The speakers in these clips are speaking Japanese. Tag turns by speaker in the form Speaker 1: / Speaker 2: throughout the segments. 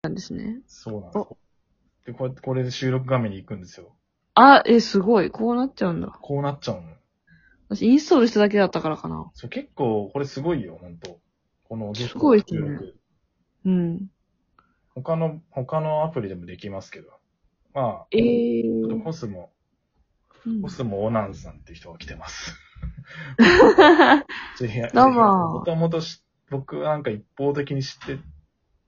Speaker 1: なんですね。
Speaker 2: そうなんです。で、こうやって、これで収録画面に行くんですよ。
Speaker 1: あ、え、すごい。こうなっちゃうんだ。
Speaker 2: こうなっちゃうの。
Speaker 1: 私、インストールしただけだったからかな。
Speaker 2: そう、結構、これすごいよ、ほんと。このゲス
Speaker 1: す
Speaker 2: ト
Speaker 1: ごいですね
Speaker 2: 収録
Speaker 1: うん。
Speaker 2: 他の、他のアプリでもできますけど。まあ、
Speaker 1: え
Speaker 2: ちょっと
Speaker 1: ー。
Speaker 2: コスモ、
Speaker 1: うん
Speaker 2: コスモオナンさんっていう人が来 てます。ど
Speaker 1: どうも
Speaker 2: もともとし僕なんか一方的に知っ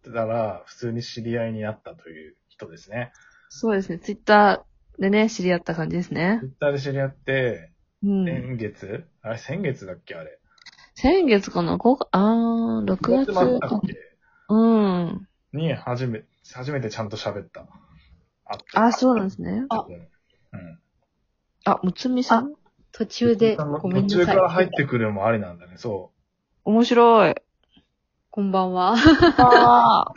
Speaker 2: てたら、普通に知り合いになったという人ですね。
Speaker 1: そうですね。ツイッターでね、知り合った感じですね
Speaker 2: ツ。イッターで知り合って、
Speaker 1: うん。
Speaker 2: 先月、あれ、先月だっけあれ。
Speaker 1: 先月かな ?5 月、あー、6月
Speaker 2: 末だっ
Speaker 1: か。
Speaker 2: け
Speaker 1: うん。
Speaker 2: に、初め、初めてちゃんと喋った。あった
Speaker 1: あ、そうなんですね。あ、
Speaker 2: うん。
Speaker 1: あ、むつみさん
Speaker 3: 途中で、
Speaker 2: あの
Speaker 3: ごめんな
Speaker 2: 途中
Speaker 3: さ
Speaker 2: か
Speaker 3: い。
Speaker 2: ら入ってくるのもありなんだね、そ
Speaker 1: 面白い。
Speaker 3: こんばんは。
Speaker 1: あ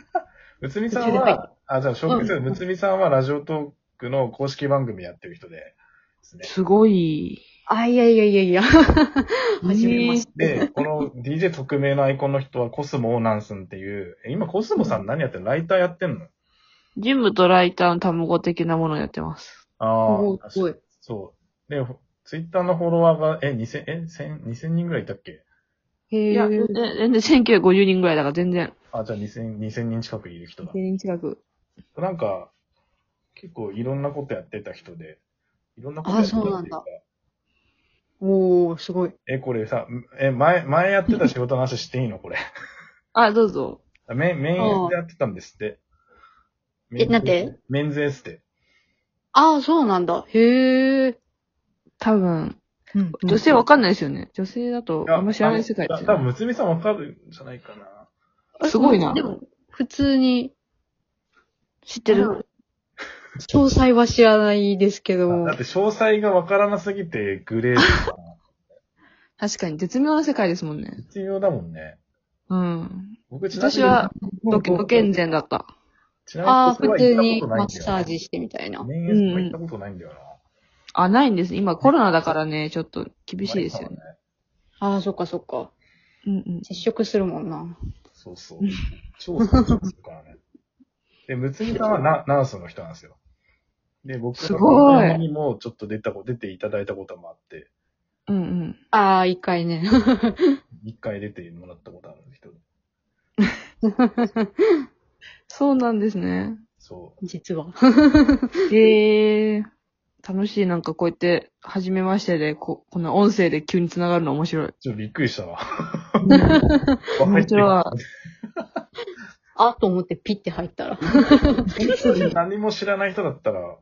Speaker 2: う。むつみさん
Speaker 3: 途中で入
Speaker 2: は、あ、じゃあ紹介する。むつみさんはラジオトークの公式番組やってる人でです
Speaker 1: ー、
Speaker 2: ね。
Speaker 1: すごい。
Speaker 3: あ、いやいやいやいや。はじめまして。
Speaker 2: で、この DJ 特命のアイコンの人はコスモオーナンスンっていう、え今コスモさん何やってんのライターやってんの
Speaker 1: ジムとライターの単語的なものをやってます。
Speaker 2: ああ、
Speaker 3: すごい。
Speaker 2: そう。で、ツイッターのフォロワーが、え、2000、え、1000、2000人ぐらいいたっけ
Speaker 3: へ
Speaker 1: いや、全
Speaker 3: ー。
Speaker 1: 然、全然1950人ぐらいだから全然。
Speaker 2: あ、じゃあ2000、2000人近くいる人だ。
Speaker 1: 全然近く。
Speaker 2: なんか、結構いろんなことやってた人で、いろんなことやってたって
Speaker 3: あそうないん
Speaker 2: うか
Speaker 3: だ、おー、すごい。
Speaker 2: え、これさ、え、前、前やってた仕事の話していいのこれ。
Speaker 1: あ、どうぞ。
Speaker 2: メン、メンエスでやってたんですって。
Speaker 3: んえなんて
Speaker 2: メンズエステ。
Speaker 3: あー、そうなんだ。へー。
Speaker 1: 多分、
Speaker 3: うん
Speaker 1: 女性わかんないですよね。女性だと
Speaker 2: いや
Speaker 1: あんま知らない世界です
Speaker 2: あ多
Speaker 1: よ
Speaker 2: 分、
Speaker 1: ね。
Speaker 2: むつみさんわかるんじゃないかな。
Speaker 1: すごいな
Speaker 3: でも、普通に、
Speaker 1: 知ってる
Speaker 3: 詳細は知らないですけど
Speaker 2: だ
Speaker 3: も
Speaker 2: っ。て詳細がわからなすぎてグレーと か、
Speaker 1: 確かに絶妙な世界ですもんね。
Speaker 2: 必要だもんね。
Speaker 1: うん。
Speaker 2: 僕ちなみ
Speaker 1: 私
Speaker 2: に
Speaker 1: は、どけ、不健全だった。
Speaker 2: ちな
Speaker 3: あー、
Speaker 2: みに僕は行ったこ
Speaker 3: 普通に
Speaker 2: とない
Speaker 3: マ
Speaker 2: ん
Speaker 3: ッ
Speaker 2: だよ
Speaker 3: サージしてみたいな。
Speaker 2: メンエステは行ったことないんだよな。
Speaker 1: あ、ないんです。今コロナだからね、ちょっと厳しいですよね。
Speaker 3: あー、そっかそっか。
Speaker 1: うんうん。
Speaker 3: 接触するもんな。
Speaker 2: そうそう。超尊重するから ね。で、むつみさんはなナースの人なんですよ。で、僕
Speaker 1: す
Speaker 2: の
Speaker 1: ごい
Speaker 2: 番組にもちょっと出たこ、出ていただいたこともあって、
Speaker 1: うんうん。
Speaker 3: あー、一回ね。
Speaker 2: 一回出てもらったことある人。
Speaker 1: そうなんですね。
Speaker 2: そう。
Speaker 3: 実は。
Speaker 1: へえー。楽しい。なんかこうやって、初めましてで、こ、この音声で急に繋がるの面白い。
Speaker 2: ちょっとびっくりしたわ。入
Speaker 1: 面
Speaker 2: ってる
Speaker 1: 白い。
Speaker 3: あーと思ってピッて入ったら。
Speaker 2: 何も知らない人だったら、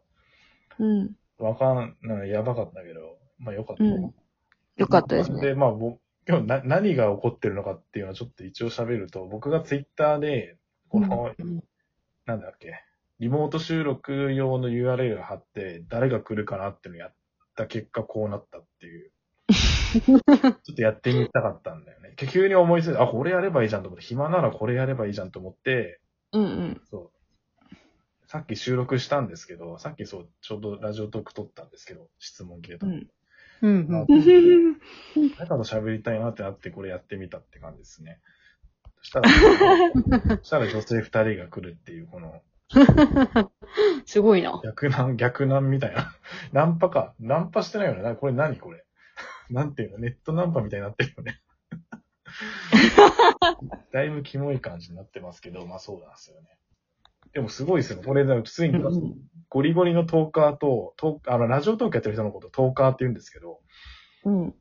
Speaker 1: うん。
Speaker 2: わかんない、やばかったけど、まあよかった。
Speaker 1: うんよかったですね。
Speaker 2: で、まあ、ぼ今日な何が起こってるのかっていうのはちょっと一応喋ると、僕がツイッターで、この、なんだっけ、リモート収録用の URL を貼って、誰が来るかなっていうのをやった結果、こうなったっ ていう。ちょっとやってみたかったんだよね。急に思いついて、あ、これやればいいじゃんと思って、暇ならこれやればいいじゃんと思って、
Speaker 1: うんうん。
Speaker 2: そう。さっき収録したんですけど、さっきそう、ちょうどラジオトーク撮ったんですけど、質問切れた。
Speaker 1: う
Speaker 2: の
Speaker 1: ん
Speaker 3: うん
Speaker 2: まあ
Speaker 3: うん。
Speaker 2: 誰かと喋りたいなってなって、これやってみたって感じですね。そしたら、そしたら女性二人が来るっていう、この、
Speaker 3: すごいな。
Speaker 2: 逆難、逆難みたいな。 ナンパか。ナンパしてないよね。なこれ何これ。 なんていうのネットナンパみたいになってるよね。 だいぶキモい感じになってますけど、まあそうなんですよね。でもすごいですよ。これ、だから普通にゴリゴリのトーカーと、トーあの、ラジオトークやってる人のことトーカーって言うんですけど、
Speaker 1: うん。
Speaker 2: っ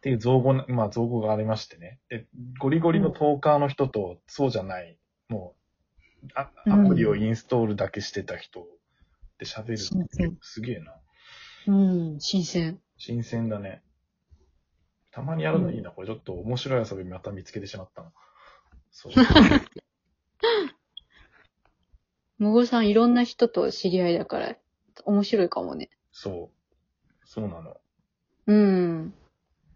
Speaker 2: ていう造語な、まあ造語がありましてね。で、ゴリゴリのトーカーの人と、そうじゃない、もう、あ
Speaker 3: う
Speaker 2: ア
Speaker 3: ん
Speaker 2: プリをインストールだけしてた人で喋る
Speaker 3: 新鮮。
Speaker 2: すげえな。
Speaker 3: うん、新鮮。
Speaker 2: 新鮮だね。たまにやるのいいな。これちょっと面白い遊びまた見つけてしまったな。 そう。
Speaker 3: もごさんいろんな人と知り合いだから、面白いかもね。
Speaker 2: そう。そうなの。
Speaker 3: うん。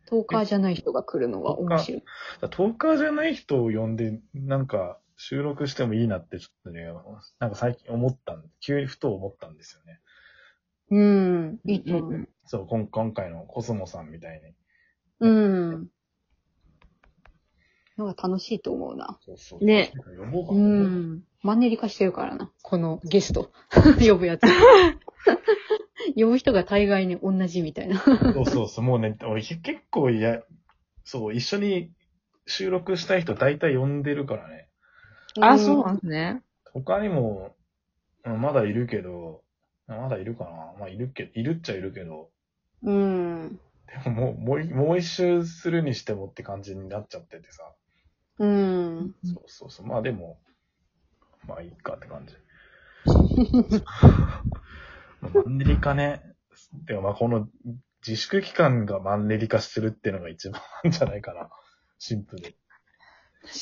Speaker 3: トーカーじゃない人が来るのは面白い。
Speaker 2: だトーカーじゃない人を呼んで、なんか、収録してもいいなってちょっとね、なんか最近思ったん、急にふと思ったんですよね。
Speaker 3: うん、いいと思
Speaker 1: う
Speaker 3: う。
Speaker 2: そう、こん今回のコスモさんみたいに。
Speaker 3: うん。のが楽しいと思うな。
Speaker 2: そうそう。
Speaker 1: ね。
Speaker 2: 呼ぼうか
Speaker 3: う
Speaker 2: な。
Speaker 3: ん。マンネリ化してるからな。このゲス ト。呼ぶやつ。呼ぶ人が大概ね、同じみたいな。
Speaker 2: そうそうそう。もうね、俺結構いや、そう、一緒に収録したい人大体呼んでるからね。
Speaker 1: あ、そうなんですね。
Speaker 2: 他にも、うんまだいるけど、まだいるかなまあ、いるけ、いるっちゃいるけど、
Speaker 3: うん。
Speaker 2: でももう、もうい、もう一周するにしてもって感じになっちゃっててさ。
Speaker 3: うん。
Speaker 1: うん
Speaker 2: そうそうそう。まあでも、まあいいかって 感じ。まあマンネリ化ね。でもまあこの自粛期間がマンネリ化するっていうのが一番なんじゃないかな。シンプルに。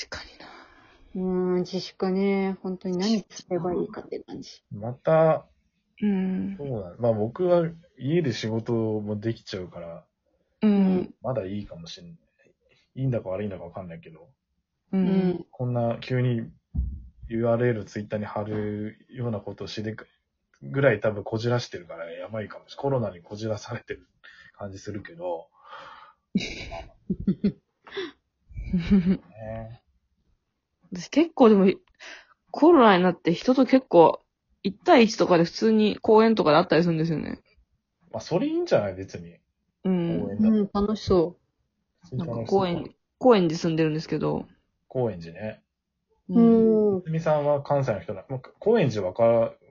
Speaker 1: 確かにな。
Speaker 3: うん、自粛ね。本当に何すればいいかって感じ。
Speaker 2: また、
Speaker 1: うん。
Speaker 2: そうだ。まあ僕は家で仕事もできちゃうから、
Speaker 1: うん。
Speaker 2: まだいいかもしんない。いいんだか悪いんだかわかんないけど、
Speaker 1: う。
Speaker 3: うんん。
Speaker 2: こんな急に URL ツイッターに貼るようなことをしでくぐらい多分こじらしてるからやばいかもしれない。コロナにこじらされてる感じするけど、ね、
Speaker 1: 私結構でも、コロナになって人と結構、1対1とかで普通に公園とかで会ったりするんですよね。
Speaker 2: まあそれいいんじゃない別に。
Speaker 1: う
Speaker 2: 公
Speaker 1: ん。
Speaker 2: 園
Speaker 3: う
Speaker 2: だ
Speaker 3: ん、楽しそ
Speaker 2: と。
Speaker 1: なんか公園。、公園で住んでるんですけど。
Speaker 2: 高円寺ね。
Speaker 3: う。うん。
Speaker 2: みさんは関西の人だ。まあ高円寺わか、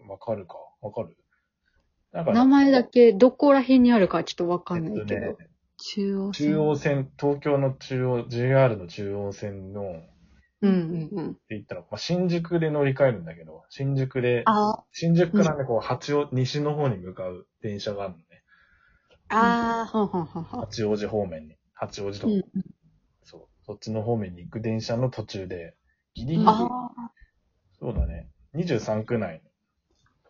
Speaker 2: わかるかわかるなんかね
Speaker 3: 名前だけ、どこら辺にあるかちょっとわかんな
Speaker 2: え
Speaker 3: い
Speaker 2: っ
Speaker 3: け
Speaker 2: と
Speaker 3: ど
Speaker 2: ね。、
Speaker 1: 中央線。
Speaker 2: 中央線、東京の中央、JR の中央線の、
Speaker 3: うんうんうん。
Speaker 2: って言ったら、まあ、新宿で乗り換えるんだけど、新宿で、
Speaker 3: あ
Speaker 2: 新宿からね、こう、八王、西の方に向かう電車があるのね。
Speaker 3: あー、はんはんはんはん。
Speaker 2: 八王子方面に。八王子とか、
Speaker 3: うん
Speaker 2: そう。そっちの方面に行く電車の途中で、ギリギリ、
Speaker 3: あ
Speaker 2: そうだね。23区内。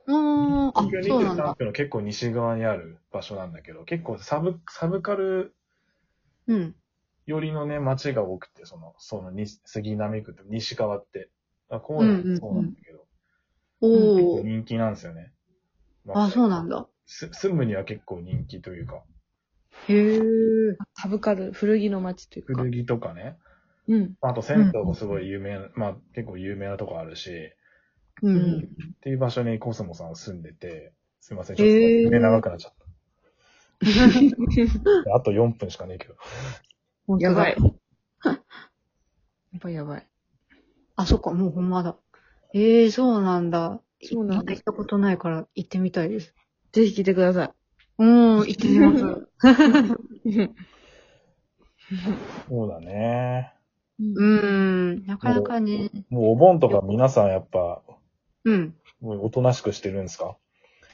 Speaker 3: ー、うん。あ、
Speaker 2: 東京
Speaker 3: そうな
Speaker 2: 23
Speaker 3: んだ。
Speaker 2: 区の結構西側にある場所なんだけど、結構サブ、サブカル
Speaker 3: うん。
Speaker 2: 寄りのね、街が多くて、その、そのに、杉並区って、西側って。あ、こう
Speaker 3: うんうんうん
Speaker 2: そうなんだけど。
Speaker 3: おー。
Speaker 2: 人気なんですよね。ま
Speaker 3: あ、そうなんだ。
Speaker 2: す住むには結構人気というか、
Speaker 3: へー。
Speaker 1: サブカル、古着の街というか。
Speaker 2: 古着とかね。
Speaker 1: うん。
Speaker 2: あと銭湯もすごい有名、まあ結構有名なとこあるし、
Speaker 3: う。。
Speaker 1: うん
Speaker 2: っていう場所にコスモさんは住んでて、すいません、ちょっと
Speaker 3: へー
Speaker 2: 胸長くなっちゃった。あと4分しかねえけど。
Speaker 1: やばい。
Speaker 3: や
Speaker 1: やばいやばい。
Speaker 3: あ、そっか、もうほんまだ。ええー、そうなんだ。
Speaker 1: そうなんです
Speaker 3: まだ行ったことないから行ってみたいです。
Speaker 1: ぜひ来てくださ
Speaker 3: うん、行ってみ ます。
Speaker 1: い。
Speaker 2: そうだね。
Speaker 3: う
Speaker 1: うん。
Speaker 3: ん、なかなかね。
Speaker 2: もうお盆とか皆さんやっぱ、
Speaker 3: うん。
Speaker 2: もうおとなしくしてるんですか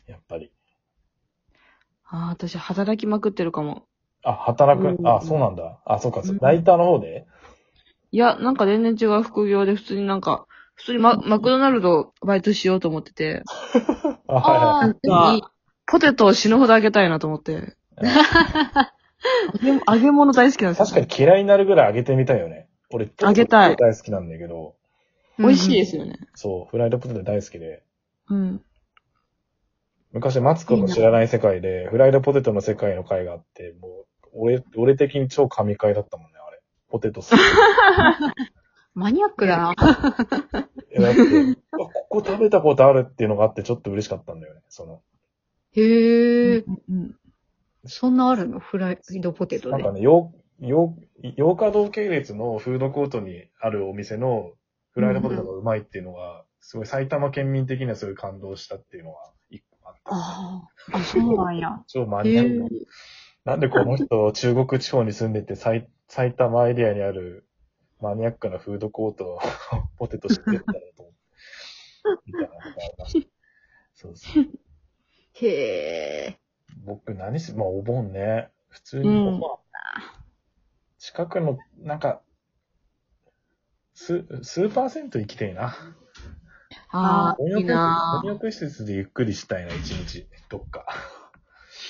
Speaker 2: やっぱり。
Speaker 1: ああ、私働きまくってるかも。
Speaker 2: あ、働く
Speaker 1: う、ん
Speaker 2: あ、そうなんだ。あ、そうか、
Speaker 1: うん
Speaker 2: ライターの方で
Speaker 1: いや、なんか全然違う副業で普通になんか、普通にママクドナルドバイトしようと思ってて、
Speaker 2: あ、は
Speaker 3: あ
Speaker 1: いはいポテトを死ぬほど揚げたいなと思って。揚げ揚げ物大好きなん
Speaker 2: い
Speaker 1: ですよ。
Speaker 2: 確かに嫌いになるぐらい揚げてみたいよね。俺、
Speaker 1: 揚げたい
Speaker 2: ポテト大好きなんだけど、
Speaker 1: 美味しいです
Speaker 3: よ。
Speaker 1: よね。
Speaker 2: そう、フライドポテト大好きで。
Speaker 1: うん。
Speaker 2: 昔、マツコの知らない世界で、フライドポテトの世界の回があって、もう、俺、俺的に超神回だったもんね、あれ。ポテトスープ。
Speaker 3: マニアックだな。
Speaker 2: えだってあここ食べたことあるっていうのがあって、ちょっと嬉しかったんだよね。その、
Speaker 3: へえ、
Speaker 1: うん。
Speaker 3: そんなあるのフライドポテト
Speaker 2: なん
Speaker 3: で
Speaker 2: か。ね、よう、よう、洋華堂系列のフードコートにあるお店のフライドポテトがうまいっていうのが、すごい埼玉県民的にはすごい感動したっていうのは、一個あった。
Speaker 3: あーあ、そうなんや。
Speaker 2: 超マ
Speaker 3: へ
Speaker 2: ニアック
Speaker 3: え
Speaker 2: な。なんでこの人、中国地方に住んでて、埼 埼玉エリアにあるマニアックなフードコートを ポテトしてたんだろうと思って。みたいなことがあり ました。そうそう。
Speaker 3: へえ。
Speaker 2: 僕何し、まあお盆ね。普通に、
Speaker 1: うん
Speaker 2: 近くの、なんか、ス、スーパー銭湯行きたいな。
Speaker 1: ああ、
Speaker 2: 温
Speaker 1: いい
Speaker 2: 浴
Speaker 1: な
Speaker 2: 温浴施設でゆっくりしたいな、一日。どっか。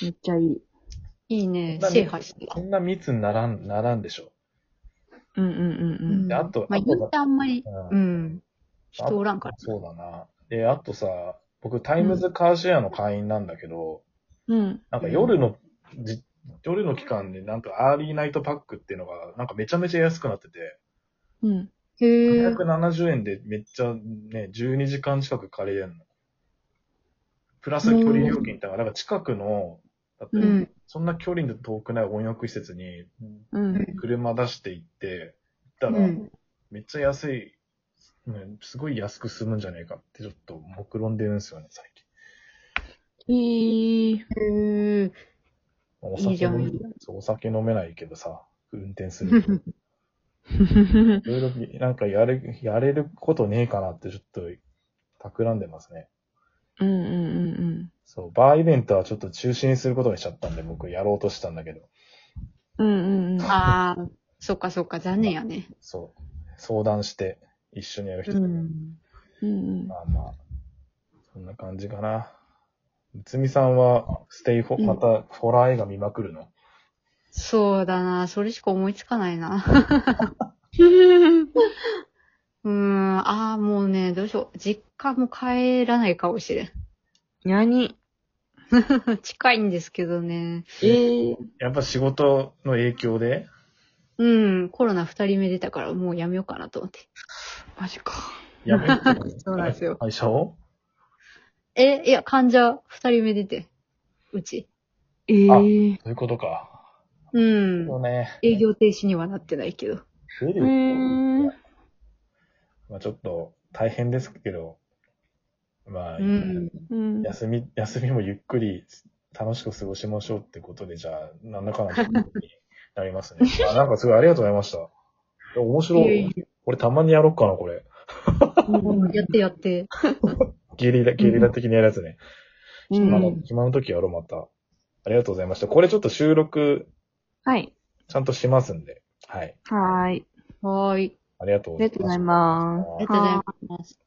Speaker 1: ーめっちゃいい。
Speaker 3: いいね。
Speaker 2: なんで
Speaker 3: 制覇してた
Speaker 2: こ。んな密にならん、ならんでしょ。
Speaker 1: うんうんうんうん。
Speaker 2: であと
Speaker 3: まあ、
Speaker 2: あと
Speaker 3: 言ってあんまり、
Speaker 2: うん
Speaker 3: うん。人おらんから。
Speaker 2: そうだな。で、あとさ、僕、タイムズカーシェアの会員なんだけど、
Speaker 1: うん。
Speaker 2: なんか夜の、じ夜の期間で、なんかアーリーナイトパックっていうのが、なんかめちゃめちゃ安くなってて、
Speaker 1: うん。
Speaker 3: へえ。
Speaker 2: 270円でめっちゃね、12時間近く借りれるの。プラス距離料金ってのが、なんか近くの、だって、
Speaker 3: うん。
Speaker 2: そんな距離の遠くない温浴施設に
Speaker 1: うん。
Speaker 2: 車出して行って、行
Speaker 3: う
Speaker 2: ったら、
Speaker 3: ん。
Speaker 2: めっちゃ安い、ねすごい安く済むんじゃねえかってちょっと目論んでるんですよね、最近。
Speaker 1: いい。
Speaker 3: へえ。
Speaker 2: まあお
Speaker 3: いいじ
Speaker 2: 酒
Speaker 3: ゃん
Speaker 2: 飲みそうお酒飲めないけどさ、運転す ると。いろいろ、なんかやれ、やれることねえかなってちょっと、企んでますね。
Speaker 1: うんうんうん
Speaker 2: そう、バーイベントはちょっと中止にすることにしちゃったんで、僕やろうとしたんだけど、
Speaker 1: うん。うんうんうん。
Speaker 3: ああ、そっかそっか、残念やね。
Speaker 2: そう、相談して、一緒にやる人、
Speaker 3: うん。
Speaker 1: うん
Speaker 2: まあまあ、そんな感じかな。むつみさんは、ステイホ、
Speaker 3: うん
Speaker 2: また、ホラー映画見まくるの、
Speaker 3: そうだな、それしか思いつかないな。
Speaker 1: うん。
Speaker 3: うーん、ああ、もうね、どうしよう。実家も帰らないかもしれん。
Speaker 1: にゃに。
Speaker 3: 近いんですけどね。
Speaker 1: ええ。
Speaker 2: やっぱ仕事の影響で
Speaker 3: うん、コロナ二人目出たからもうやめようかなと思って。
Speaker 1: マジか。
Speaker 2: やめる
Speaker 3: そうなんですよ
Speaker 2: 会社を
Speaker 3: え、いや、患者二人目出て。うち。
Speaker 1: ええ。
Speaker 2: そういうことか。
Speaker 3: うん。
Speaker 2: そうね。
Speaker 3: 営業停止にはなってないけど。
Speaker 2: 増える
Speaker 1: う
Speaker 2: よ
Speaker 1: ん。
Speaker 2: まあちょっと、大変ですけど、まあ、
Speaker 3: うん。
Speaker 1: うん。
Speaker 2: 休み、休みもゆっくり楽しく過ごしましょうってことで、じゃあ、なんだかんだになります ね。あなんかすごいありがとうございました。面白
Speaker 3: いえい
Speaker 2: い。俺たまにやろっかな、これ。
Speaker 3: やってやって。
Speaker 2: ゲリラ、ゲリラ的にやるやつね。
Speaker 1: う
Speaker 2: 暇
Speaker 1: ん
Speaker 2: の、暇の時やろう、また。ありがとうございました。これちょっと収録、
Speaker 1: はい。
Speaker 2: ちゃんとしますんで。はい。
Speaker 1: はーい。
Speaker 3: はーい。
Speaker 2: ありがとう
Speaker 1: あ
Speaker 2: ござ
Speaker 1: りが
Speaker 2: いま
Speaker 1: とうござ
Speaker 2: す
Speaker 1: い。ます。
Speaker 3: ありがとうございます。